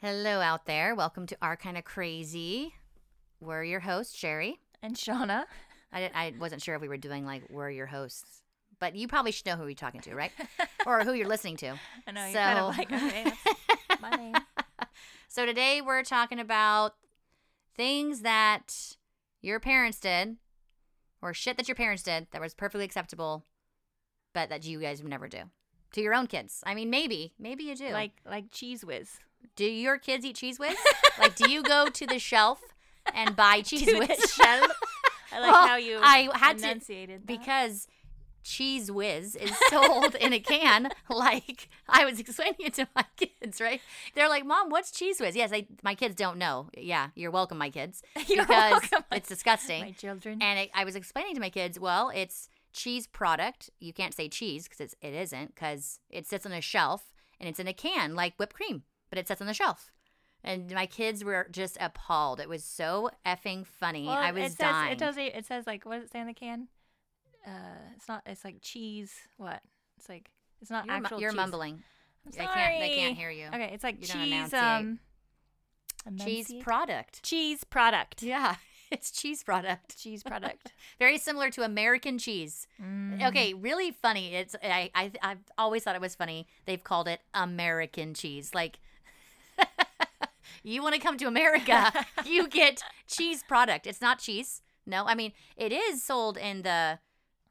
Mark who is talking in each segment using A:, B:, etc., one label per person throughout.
A: Hello, out there. Welcome to Our Kind of Crazy. We're your hosts, Sherry.
B: and Shauna.
A: I, didn't, I wasn't sure if we were doing like we're your hosts, but you probably should know who you're talking to, right? or who you're listening to.
B: I know you're kind of
A: So-
B: like, okay, that's my name.
A: So today we're talking about things that your parents did, or shit that your parents did that was perfectly acceptable, but that you guys would never do to your own kids. I mean, maybe, maybe you do.
B: like like cheese whiz.
A: do your kids eat cheese whiz? like, do you go to the shelf and buy cheese
B: To the
A: whiz?
B: shelf. I like
A: Well,
B: how you
A: I had to
B: enunciated that.
A: because cheese whiz is sold in a can like i was explaining it to my kids right they're like mom what's cheese whiz yes I, my kids don't know yeah you're welcome my kids
B: You're
A: because
B: welcome, my-
A: it's disgusting
B: my children.
A: and it, i was explaining to my kids well it's cheese product you can't say cheese because it isn't because it sits on a shelf and it's in a can like whipped cream but it sits on the shelf and my kids were just appalled it was so effing funny
B: Well,
A: i
B: it
A: was
B: says,
A: dying
B: It does. say- It says like what does it say on the can? Uh, it's not. It's like cheese. What? It's like it's not
A: you're, mu-
B: actual.
A: you're
B: cheese.
A: mumbling
B: I'm
A: They can't. They
B: sorry.
A: can't hear you.
B: Okay, it's like
A: You don't
B: cheese.
A: enunciate.
B: Um,
A: Cheese
B: enunciate?
A: product.
B: cheese product.
A: Yeah, it's cheese product.
B: Cheese product.
A: Very similar to American cheese.
B: Mm.
A: Okay, really funny. It's I, I I've always thought it was funny. They've called it American cheese. Like, you want to come to America, you get cheese product. It's not cheese. No, I mean it is sold in the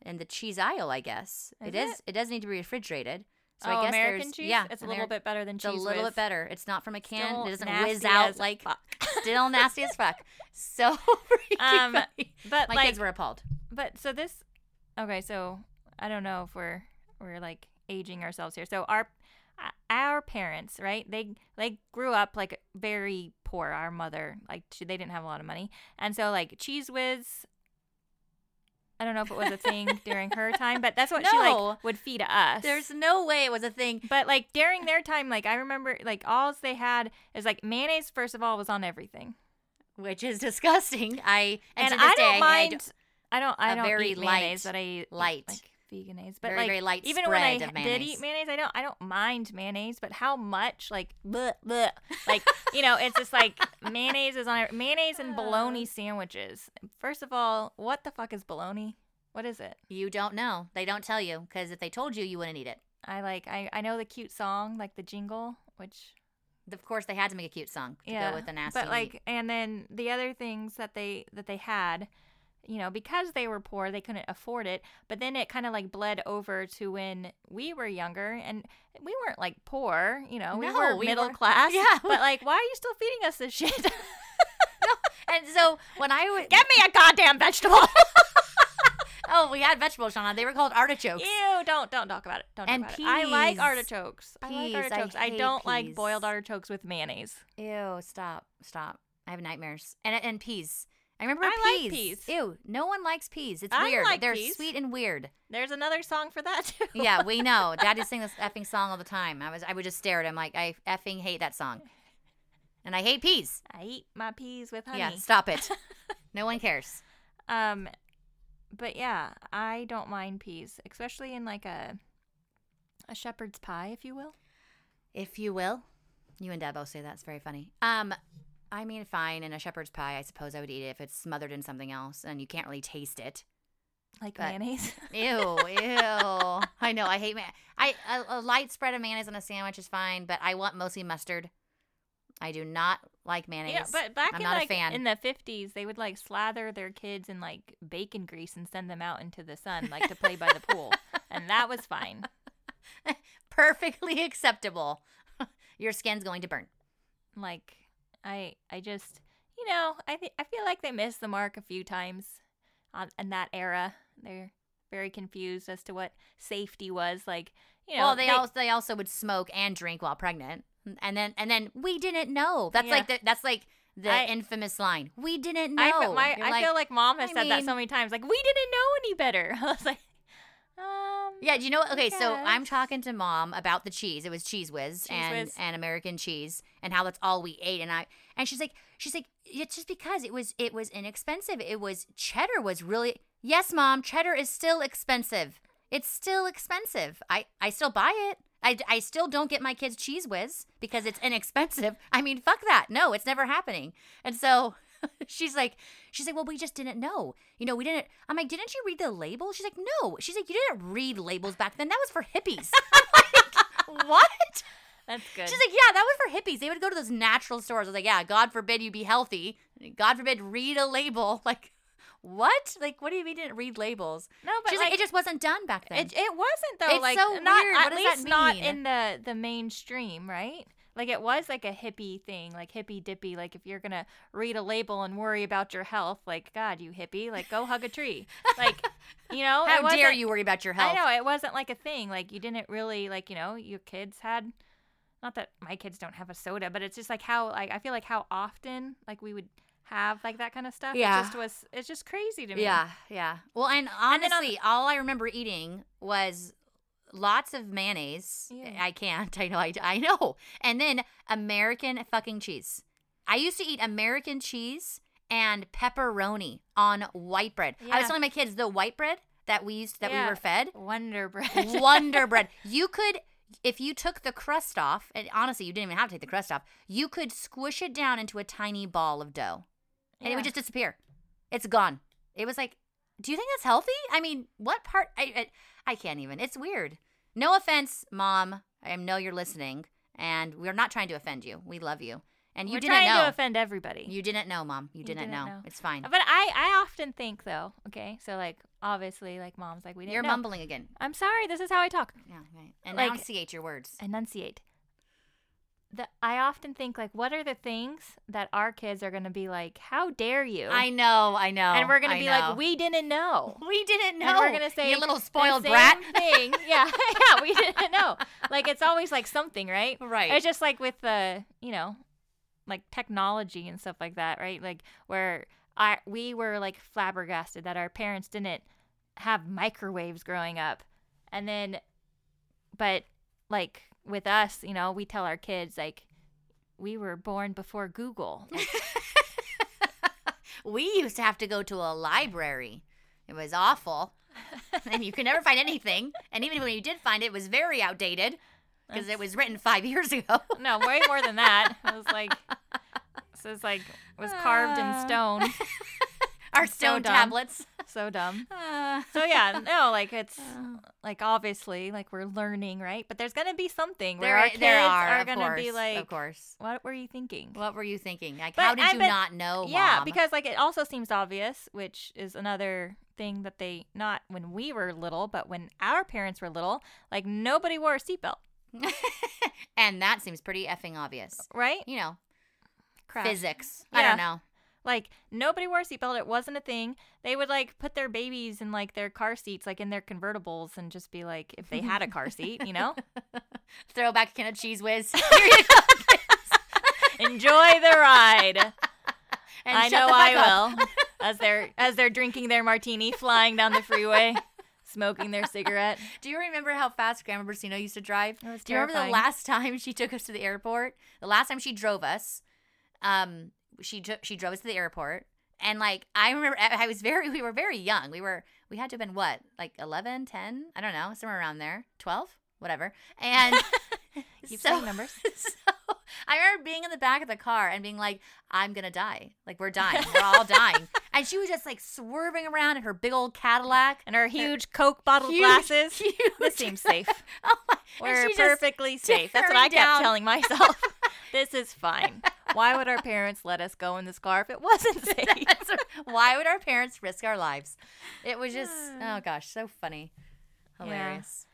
A: in the cheese aisle. I guess
B: Is Oh,
A: it is. It? does need to be refrigerated. So I guess
B: American
A: there's,
B: cheese.
A: Yeah,
B: it's a
A: Ameri-
B: little bit better than
A: It's
B: cheese.
A: a little
B: whiz.
A: bit better. It's not from a can.
B: Still
A: it doesn't
B: nasty
A: whiz out
B: as
A: like
B: fuck.
A: still nasty as fuck. So freaking
B: Um,
A: funny.
B: but
A: my
B: like,
A: kids were appalled.
B: But so this, okay. So I don't know if we're we're like aging ourselves here. So our uh, our parents, right? They they grew up like very poor. Our mother, like she, they didn't have a lot of money, and so like cheese whiz. I don't know if it was a thing during her time, but that's what she
A: No.
B: like would feed us.
A: There's no way it was a thing.
B: but like during their time, like I remember, like all they had is like mayonnaise. First of all, was on everything,
A: Which is disgusting. I and,
B: and,
A: to this
B: I
A: day,
B: don't
A: I- I
B: mind. I don't. I
A: a
B: don't
A: very
B: eat mayonnaise,
A: light-
B: but I eat
A: light.
B: like veganese. But
A: Very,
B: like
A: very light
B: even when I
A: spread of
B: h- did
A: mayonnaise.
B: eat mayonnaise, I don't. I don't mind mayonnaise, but how much? Like, bleh, bleh. like you know, it's just like mayonnaise is on mayonnaise and
A: Uh.
B: bologna sandwiches. First of all, what the fuck is bologna? What is it?
A: you don't know. They don't tell you because if they told you, you wouldn't eat it.
B: I like. I I know the cute song, like the jingle, which
A: Of course, they had to make a cute song to
B: yeah,
A: go with the nasty.
B: But like, and then the other things that they that they had, you know, because they were poor, they couldn't afford it. But then it kind of like bled over to when we were younger, and we weren't like poor, you know, we
A: No,
B: were
A: uh, we
B: middle
A: were-
B: class.
A: Yeah.
B: but like, why are you still feeding us this shit?
A: and so when I would
B: Get me a goddamn vegetable.
A: oh, we had vegetables, Shauna. They were called artichokes.
B: Ew! Don't don't talk about it. Don't
A: And
B: talk about it. I like
A: peas.
B: artichokes. I
A: Peas.
B: like
A: I
B: artichokes. I,
A: hate
B: don't like
A: peas.
B: boiled artichokes with mayonnaise.
A: Ew, stop, stop. I have nightmares. And and peas. I remember
B: I
A: peas.
B: like peas.
A: Ew, no one likes peas. It's
B: I
A: weird.
B: like
A: They're
B: peas.
A: sweet and weird.
B: There's another song for that too.
A: Yeah, we know. Daddy sing this effing song all the time. I was I would just stare at him like I effing hate that song. And I hate peas.
B: I eat my peas with honey.
A: Yeah, stop it. no one cares.
B: Um, but yeah, I don't mind peas, especially in like a a shepherd's pie, if you will.
A: If you will. You and Dad both say that's very funny. Um I mean fine, in a shepherd's pie, I suppose I would eat it if it's smothered in something else and you can't really taste it.
B: Like
A: But-
B: mayonnaise.
A: Ew, ew. I know. I hate man. I a, a light spread of mayonnaise on a sandwich is fine, but I want mostly mustard. I do not like mayonnaise.
B: yeah, but back
A: I'm
B: in
A: not a
B: like
A: fan.
B: in the fifties, they would like slather their kids in like bacon grease and send them out into the sun, like to play by the pool, and that was fine.
A: perfectly acceptable. Your skin's going to burn.
B: Like I, I just, you know, I th- I feel like they missed the mark a few times on in that era. They're very confused as to what safety was. Like, you know,
A: well, they, also they also would smoke and drink while pregnant, and then and then we didn't know. That's
B: Yeah.
A: like the, that's like the
B: I-
A: infamous line. We didn't know.
B: I, fe- my,
A: You're
B: I feel like mom has
A: I
B: said that so
A: mean-
B: many times. Like, we didn't know any better. I was like, um,
A: Yeah, you know what? Okay, so I'm
B: Yes.
A: talking to mom about the cheese. It was Cheese Whiz
B: Cheese
A: and
B: Whiz.
A: and American cheese and how that's all we ate. And I and she's like, she's like, it's just because it was it was inexpensive. It was cheddar was really yes, mom. Cheddar is still expensive. It's still expensive. I I still buy it. I, I still don't get my kids Cheese Whiz because it's inexpensive. I mean, fuck that. No, it's never happening. And so she's like, she's like, well, we just didn't know. You know, we didn't. I'm like, didn't you read the label? She's like, no. She's like, you didn't read labels back then. That was for hippies. I'm like, what?
B: That's good.
A: She's like, yeah, that was for hippies. They would go to those natural stores. I was like, yeah, God forbid you be healthy. God forbid read a label. Like, what? Like, what do you mean didn't read labels?
B: no, but
A: She's like,
B: like,
A: it just wasn't done back then.
B: it, it wasn't though.
A: It's
B: like
A: so
B: not
A: weird.
B: at
A: What does that
B: least not
A: mean?
B: in the the mainstream, right? Like it was like a hippie thing, like hippie dippy. Like if you're gonna read a label and worry about your health, like God, you hippie, like go hug a tree, like you know. it
A: How dare
B: wasn't-
A: you worry about your
B: I
A: health?
B: know it wasn't like a thing. Like you didn't really like you know your kids had. Not that my kids don't have a soda, but it's just like how like I feel like how often like we would have like that kind of stuff.
A: Yeah.
B: it just was. It's just crazy to me.
A: Yeah, yeah. Well, and
B: then on-
A: honestly, all I remember eating was lots of mayonnaise.
B: Yeah.
A: I can't. I know. I, I know. And then American fucking cheese. I used to eat American cheese and pepperoni on white bread. I
B: Yeah.
A: was telling my kids the white bread that we used that
B: Yeah.
A: we were fed.
B: Wonder bread.
A: Wonder bread. You could if you took the crust off, and honestly, you didn't even have to take the crust off. You could squish it down into a tiny ball of dough and it
B: Yeah.
A: would just disappear. It's gone. It was like, do you think that's healthy? I mean, what part? I I, I can't even. It's weird. No offense, mom. I know you're listening, and we're not trying to offend you. We love you, and you
B: We're
A: didn't
B: trying
A: know.
B: to offend everybody.
A: you didn't know, mom. You didn't,
B: didn't
A: know.
B: know.
A: It's fine.
B: But I, I often think though, okay, so like obviously, like mom's like we didn't.
A: You're
B: know.
A: mumbling again.
B: I'm sorry. This is how I talk.
A: Yeah, right. And
B: Like-
A: enunciate your words.
B: Enunciate. The, I often think like, what are the things that our kids are gonna be like? How dare you?
A: I know. I know.
B: and we're gonna
A: I
B: be
A: know.
B: like, we didn't know.
A: We didn't know.
B: And we're gonna say
A: you little
B: the
A: spoiled
B: same
A: brat.
B: Thing. Yeah, yeah. We didn't know. Like it's always like something, right?
A: Right.
B: It's just like with the you know, like technology and stuff like that, right? Like where I we were like flabbergasted that our parents didn't have microwaves growing up, and then, but like with us, you know, we tell our kids like we were born before Google. Like,
A: We used to have to go to a library. It was awful. and you could never find anything. And even when you did find it, it was very outdated because it was written five years ago.
B: no, way more than that. It was like. So it's like was carved in
A: Ah.
B: stone.
A: Our
B: so
A: stone
B: dumb.
A: tablets.
B: So dumb.
A: Uh,
B: So yeah, no, like it's
A: Oh.
B: like obviously like we're learning, right? But there's gonna be something where
A: there,
B: our
A: are,
B: kids
A: there are,
B: are
A: of
B: gonna
A: course,
B: be like,
A: of course.
B: what were you thinking?
A: What were you thinking? Like,
B: But
A: how did
B: I
A: you
B: bet-
A: not know,
B: yeah,
A: Mom?
B: because like it also seems obvious, which is another thing that they not when we were little, but when our parents were little, like nobody wore a seatbelt,
A: and that seems pretty effing obvious.
B: right?
A: You know,
B: Crap.
A: physics. I don't
B: Yeah.
A: know.
B: Like nobody wore a seatbelt. It wasn't a thing. They would like put their babies in like their car seats, like in their convertibles, and just be like, if they had a car seat, you know,
A: Throw back a can of cheese whiz. Here you go.
B: enjoy the ride.
A: And
B: I
A: shut
B: know
A: the fuck up.
B: I will. as they're as they're drinking their martini, flying down the freeway, smoking their cigarette.
A: Do you remember how fast Grandma Bursino used to drive?
B: It was
A: Do you remember the
B: terrifying.
A: last time she took us to the airport? The last time she drove us, um, she took she drove us to the airport, and like I remember, I I was very we were very young. We were we had to have been what like 11, 10? I don't know, somewhere around there, twelve, whatever. And
B: Keep
A: so
B: saying numbers.
A: so I remember being in the back of the car and being like, I'm gonna die. Like we're dying, we're all dying. And she was just like swerving around in her big old Cadillac.
B: And our huge Coke bottle
A: Huge,
B: glasses.
A: huge.
B: This seems safe.
A: Oh my, and
B: We're
A: she just-
B: perfectly safe. That's what I
A: tearing
B: kept
A: down.
B: telling myself. this is fine. Why would our parents let us go in the car if it wasn't safe?
A: That's a- why would our parents risk our lives? It was just oh gosh, so funny, hilarious.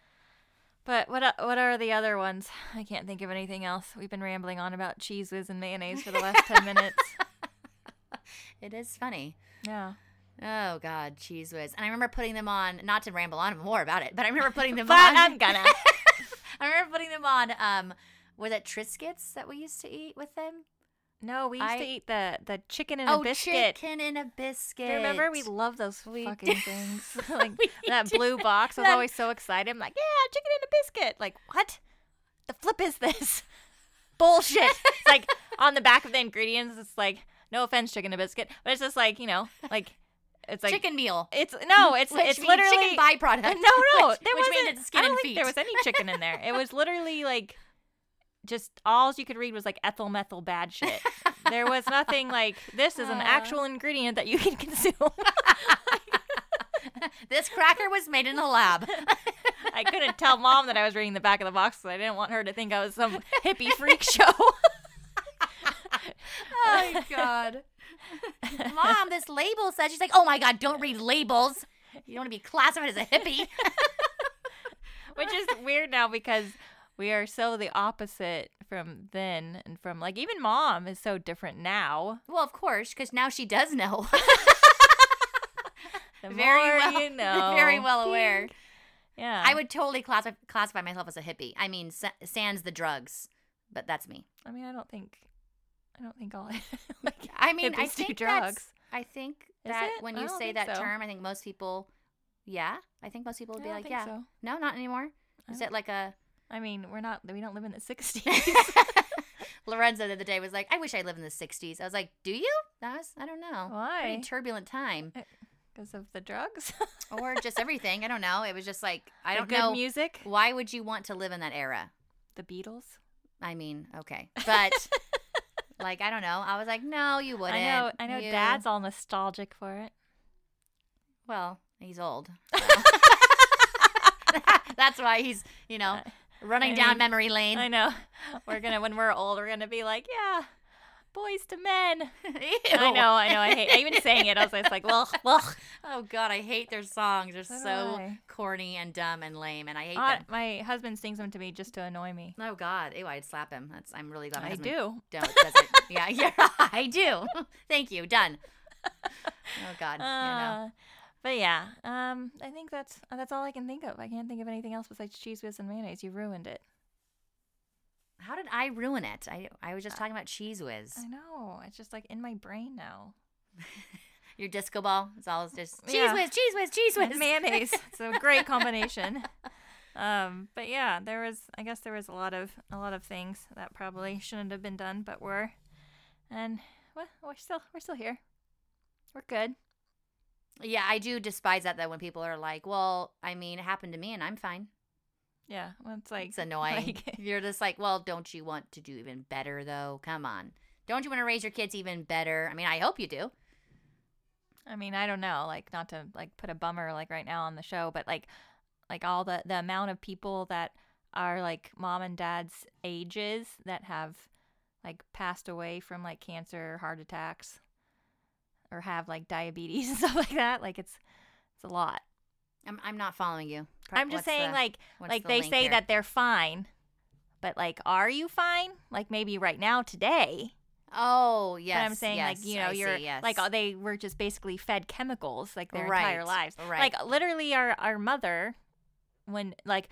B: But what a- what are the other ones? I can't think of anything else. We've been rambling on about cheese whiz and mayonnaise for the last ten minutes.
A: It is funny.
B: Yeah.
A: Oh god, cheese whiz. And I remember putting them on. Not to ramble on more about it, but I remember putting them
B: But um,
A: on.
B: I'm gonna.
A: I remember putting them on. Um, was it Triscuits that we used to eat with them?
B: No, we used
A: I-
B: to eat the the chicken and
A: oh,
B: a biscuit.
A: chicken and a biscuit.
B: Do you remember we love those
A: We
B: fucking
A: did.
B: things? like
A: We
B: that
A: did.
B: blue box. I was
A: That-
B: always so excited. I'm like, yeah, chicken and a biscuit. Like, what? The flip is this? Bullshit. it's like on the back of the ingredients, it's like, no offense, chicken and a biscuit, but it's just like, you know, like it's like
A: chicken meal.
B: It's no, it's
A: which
B: it's
A: means
B: literally
A: chicken byproduct.
B: No, no,
A: which,
B: there
A: which
B: wasn't.
A: means it's skin
B: I don't
A: and
B: think
A: feet.
B: there was any chicken in there. It was literally like just all you could read was like ethyl methyl bad shit. there was nothing like this is an
A: Aw.
B: actual ingredient that you can consume.
A: this cracker was made in a lab.
B: I couldn't tell mom that I was reading the back of the box because I didn't want her to think I was some hippie freak show.
A: oh my god, mom, this label says she's like, oh my god, don't read labels. You don't want to be classified as a hippie.
B: which is weird now because we are so the opposite from then and from like even mom is so different now.
A: well, of course, because now she does know.
B: The
A: Very
B: more
A: well-
B: you know,
A: very well aware.
B: Yeah,
A: I would totally classify, classify myself as a hippie. I mean, sa- sans the drugs, but that's me.
B: I mean, I don't think, I don't think all.
A: I mean, I
B: Hippies do
A: think
B: drugs.
A: drugs. I think
B: Is
A: that
B: it?
A: when
B: I
A: you
B: don't
A: say
B: think
A: that
B: so.
A: term, I think most people, yeah, I think most people would be like, yeah,
B: So.
A: no, not anymore.
B: I
A: Is
B: don't-
A: it like a
B: I mean, we're not. We don't live in the '60s.
A: Lorenzo the other day was like, I wish I lived in the '60s. I was like, Do you? That was I don't know. Pretty
B: Why?
A: turbulent time,
B: Because of the drugs.
A: or just everything. I don't know. It was just like I
B: The
A: don't
B: good
A: know.
B: music.
A: Why would you want to live in that era?
B: The Beatles.
A: I mean, okay, but like I don't know. I was like, No, you wouldn't.
B: I know. I know.
A: You-
B: Dad's all nostalgic for it.
A: Well, he's old. so. That's why he's, you know, running
B: I
A: down
B: mean,
A: memory lane.
B: I know. We're gonna when we're old, we're gonna be like, yeah, boys to men. I
A: Ew.
B: know. I know. I hate. I even saying it, I was just like, well, well.
A: Oh God, I hate their songs. They're
B: So
A: so,
B: do I.
A: corny and dumb and lame, and I hate them.
B: my husband sings them to me just to annoy me.
A: Oh God, ew! I'd slap him. That's I'm really glad my
B: I
A: husband
B: do.
A: Don't. Does it. yeah, yeah, I do. Thank you. Done. Oh God. yeah,
B: Uh, But yeah, um, I think that's that's all I can think of. I can't think of anything else besides cheese whiz and mayonnaise. You ruined it.
A: no. How did I ruin it? I I was just talking about cheese whiz.
B: Uh, I know. It's just like in my brain now.
A: Your disco ball. It's all just cheese
B: Yeah.
A: whiz, cheese whiz, cheese
B: And
A: whiz.
B: mayonnaise. It's a great combination. Um, but yeah, there was. I guess there was a lot of a lot of things that probably shouldn't have been done, but were. And well, we're still we're still here. We're good.
A: Yeah, I do despise that. That when people are like, "Well, I mean, it happened to me, and I'm fine."
B: Yeah. Well, it's like
A: It's annoying.
B: like-
A: You're just like, "Well, don't you want to do even better, though? Come on." Don't you want to raise your kids even better? I mean, I hope you do.
B: I mean, I don't know, like not to like put a bummer like right now on the show, but like like all the the amount of people that are like mom and dad's ages that have like passed away from like cancer, or heart attacks, or have like diabetes and stuff like that. Like it's it's a lot.
A: I'm, I'm not following you. Pro-
B: I'm
A: what's
B: just saying
A: the-
B: like
A: what's
B: like
A: the
B: they
A: link
B: say
A: there?
B: that they're fine, but like are you fine? Like maybe right now today.
A: Oh yes,
B: but I'm saying
A: yes,
B: like you know
A: I
B: you're
A: see, yes.
B: like all- they were just basically fed chemicals like their entire
A: Right,
B: lives.
A: right.
B: Like literally our our mother when like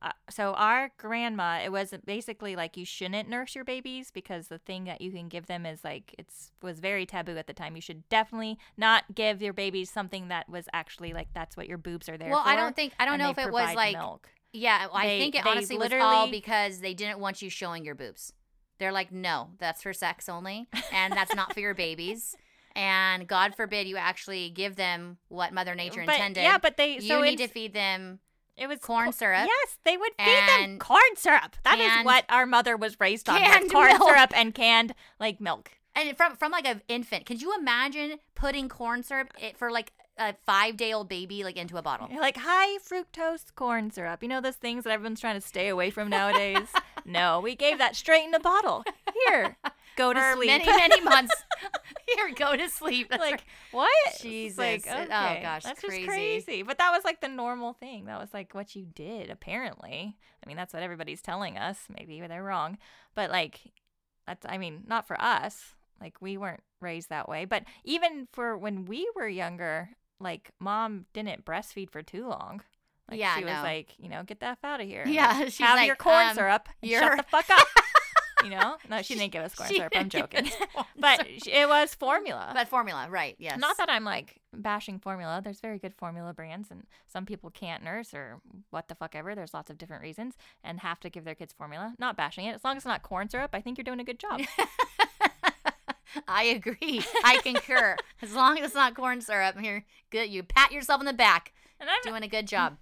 B: uh, so our grandma it was basically like you shouldn't nurse your babies because the thing that you can give them is like it's was very taboo at the time. You should definitely not give your babies something that was actually like that's what your boobs are there
A: well,
B: for.
A: I don't think I don't
B: and
A: know if
B: they
A: it was
B: provide
A: like
B: milk.
A: yeah. I
B: They-
A: think it
B: they
A: honestly was all
B: literally-
A: because they didn't want you showing your boobs. They're like, no, that's for sex only, and that's not for your babies. And God forbid you actually give them what Mother Nature
B: But-
A: intended.
B: Yeah, but they
A: you
B: so
A: need
B: in-
A: to feed them
B: it was
A: corn
B: co-
A: syrup
B: Yes, they would feed them
A: and
B: corn syrup. That is
A: canned-
B: what our mother was raised on. was
A: canned
B: corn
A: milk.
B: syrup and canned like milk.
A: and from from like an infant. Could you imagine putting corn syrup it, for like a five day old baby like into a bottle?
B: You're like high fructose corn syrup. You know those things that everyone's trying to stay away from nowadays. no, we gave that straight in the bottle. Here, go to
A: for
B: sleep.
A: many many months. Here, go to sleep. That's
B: like
A: right.
B: what? It's
A: Jesus,
B: Like,
A: it- oh
B: okay,
A: gosh,
B: that's
A: crazy.
B: just crazy. But that was like the normal thing. That was like what you did. Apparently, I mean that's what everybody's telling us. Maybe they're wrong, but like that's. I mean, not for us. Like we weren't raised that way. But even for when we were younger, like mom didn't breastfeed for too long. Like,
A: Yeah,
B: she was
A: no.
B: like, you know, get the f out of here.
A: Yeah,
B: like,
A: she's
B: have
A: like,
B: your corn
A: um,
B: syrup. and
A: you're-
B: Shut the fuck up. you know, no, she, didn't give us corn
A: She
B: syrup. I'm
A: didn't give
B: joking.
A: us corn
B: But
A: syrup.
B: sh- it was formula.
A: but formula, right? Yes.
B: Not that I'm like bashing formula. There's very good formula brands, and some people can't nurse or what the fuck ever. There's lots of different reasons and have to give their kids formula. Not bashing it. As long as it's not corn syrup, I think you're doing a good job.
A: I agree. I concur. as long as it's not corn syrup, here, good. You pat yourself on the back,
B: And I'm
A: doing a good job.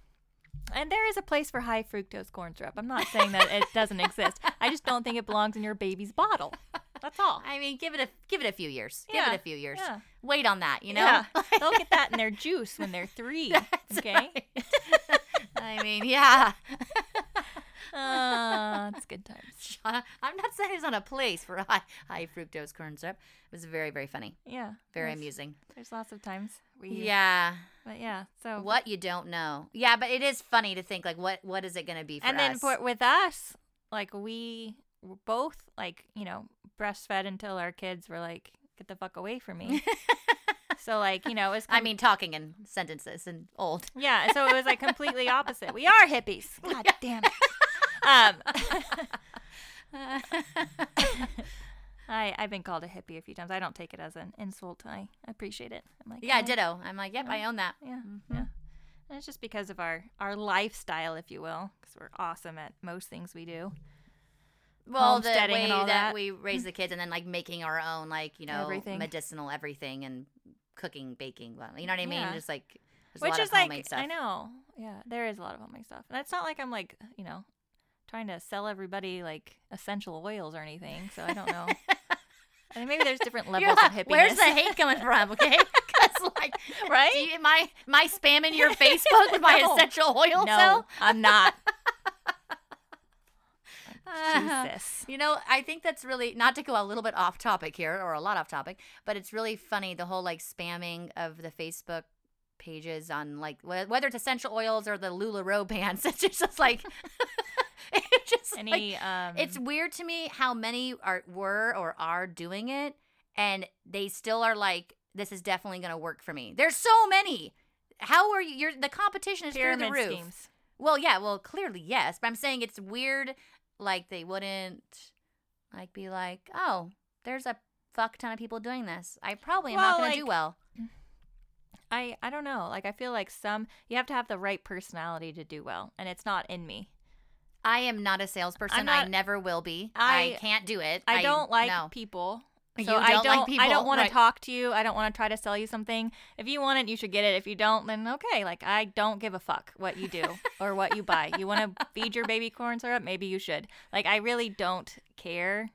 B: and there is a place for high fructose corn syrup. I'm not saying that it doesn't exist. I just don't think it belongs in your baby's bottle. That's all.
A: I mean, give it a give it a few years. Give
B: Yeah,
A: it a few years.
B: yeah.
A: Wait on that. You know.
B: Yeah. They'll get that in their juice when they're three. okay.
A: I mean, yeah.
B: Uh, it's good times.
A: Uh, I'm not saying it's not a place for high, high fructose corn syrup. It was very, very funny,
B: Yeah.
A: very
B: there's-
A: amusing.
B: There's lots of times. We,
A: Yeah.
B: But yeah. So
A: What you don't know. Yeah, but it is funny to think like what what is it going to be for
B: and then
A: us?
B: for, with us, like we were both like you know breastfed until our kids were like, get the fuck away from me. so like you know it's
A: I mean, talking in sentences and old.
B: yeah. So it was like completely opposite. We are hippies. God damn it. Um, I I've been called a hippie a few times. I don't take it as an insult. I appreciate it. I'm like
A: yeah, Mm-hmm.
B: "Oh,
A: ditto. I'm like, yep, I own that.
B: Yeah, yeah. And it's just because of our our lifestyle, if you will, because we're awesome at most things we do.
A: Well, the
B: Homesteading
A: way
B: and all
A: that,
B: that.
A: we raise the kids, and then like making our own, like you know,
B: Everything.
A: medicinal everything, and cooking, baking. well, You know what I mean?
B: Yeah.
A: Just like there's a
B: Which
A: lot
B: is
A: of homemade
B: like
A: stuff.
B: I know, yeah, there is a lot of homemade stuff, and it's not like I'm like you know trying to sell everybody like essential oils or anything. So I don't know. I mean, maybe there's different
A: You're
B: levels of
A: like,
B: hippiness.
A: Where's the hate coming from? Okay, because like,
B: Right?
A: do you- am I am I spamming your Facebook with my
B: No.
A: essential oil
B: no,
A: cell?
B: I'm not.
A: Uh,
B: Jesus.
A: You know, I think that's really not to go a little bit off topic here or a lot off topic, but it's really funny the whole like spamming of the Facebook pages on like wh- whether it's essential oils or the LuLaRoe bands. It's just, it's like it's just like,
B: Any? um,
A: it's weird to me how many are were or are doing it and they still are like this is definitely going to work for me. There's so many. How are you you're, the competition is through
B: pyramid
A: the roof.
B: schemes.
A: Well, yeah, well, clearly yes, but I'm saying it's weird. Like they wouldn't like be like, oh, there's a fuck ton of people doing this. I probably am not
B: Well,
A: going
B: like-
A: to do well.
B: I I don't know. Like I feel like some you have to have the right personality to do well, and it's not in me.
A: I am not a salesperson.
B: I'm
A: I
B: not-
A: never will be. I,
B: I-
A: can't do it.
B: I don't like
A: no.
B: people. So
A: You
B: I
A: don't
B: don't
A: like
B: I
A: people,
B: don't want
A: right.
B: to talk to you. I don't want to try to sell you something. If you want it, you should get it. If you don't, then okay. Like I don't give a fuck what you do or what you buy. You want to feed your baby corn syrup? Maybe you should. Like I really don't care.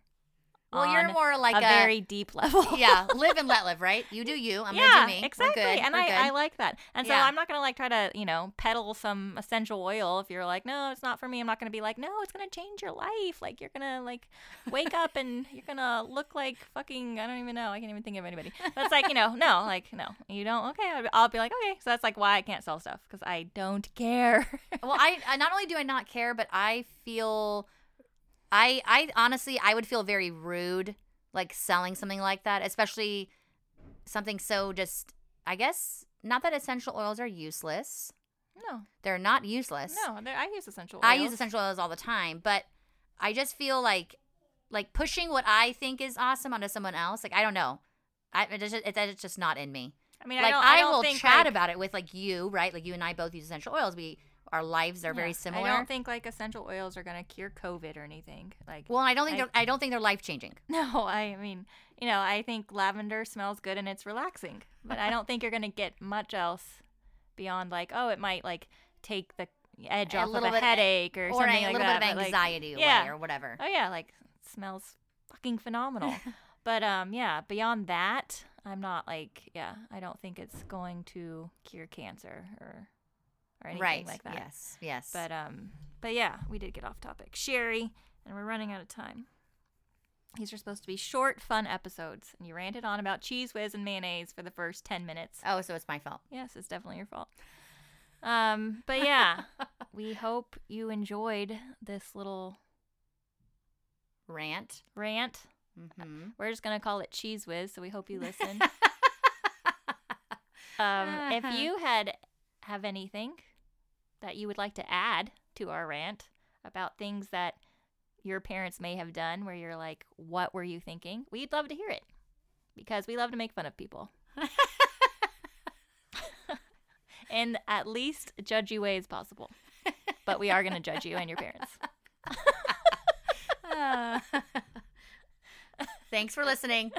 A: Well, you're
B: on
A: more like
B: a,
A: a,
B: very deep level.
A: yeah, live and let live, right? You do you. I'm
B: yeah,
A: gonna do me.
B: exactly.
A: We're good.
B: And
A: We're good.
B: I, I like that. And so
A: Yeah.
B: I'm not gonna like try to, you know, peddle some essential oil if you're like, no, it's not for me. I'm not gonna be like, no, it's gonna change your life. Like you're gonna like wake up and you're gonna look like fucking I don't even know. I can't even think of anybody. That's like, you know, no, like no, you don't. Okay, I'll be- I'll be like, okay. So that's like why I can't sell stuff because I don't care.
A: well I, I not only do i not care but i feel i i honestly i would feel very rude like selling something like that especially something so just i guess not that essential oils are useless
B: no,
A: they're not useless
B: no, there- I use essential.
A: i use
B: oils.
A: essential oils all the time but i just feel like like pushing what i think is awesome onto someone else like i don't know I, it's, just, it's just not in me
B: I mean, I
A: like
B: don't.
A: I,
B: don't
A: will
B: think,
A: chat
B: like-
A: about it with like you, right? Like you and I both use essential oils. We our lives are
B: yeah,
A: very similar.
B: I don't think like essential oils are gonna cure COVID or anything. Like
A: Well, I don't think
B: I-
A: they're, I don't think they're life changing.
B: No, I mean, you know, I think lavender smells good and it's relaxing, but I don't think you're gonna get much else beyond like, oh, it might like take the edge
A: A
B: off
A: little
B: of a
A: bit-
B: headache or,
A: Or,
B: something
A: a
B: like
A: little
B: that.
A: bit
B: but,
A: of
B: like,
A: anxiety away
B: yeah.
A: or whatever.
B: oh yeah, like smells fucking phenomenal. but um, yeah, beyond that, I'm not like, yeah, I don't think it's going to cure cancer or or anything
A: right.
B: like that.
A: Yes. Yes.
B: But um, but yeah, we did get off topic, Sherry, and we're running out of time. These are supposed to be short, fun episodes, and you ranted on about cheese whiz and mayonnaise for the first ten minutes.
A: oh, so it's my fault.
B: Yes, it's definitely your fault. Um, but yeah, we hope you enjoyed this little
A: Rant.
B: rant.
A: Mm-hmm.
B: We're just gonna call it cheese whiz, so we hope you listen. um, if you had have anything that you would like to add to our rant about things that your parents may have done where you're like what were you thinking we'd love to hear it because we love to make fun of people in at least judgy ways possible but we are going to judge you and your parents
A: Thanks for listening.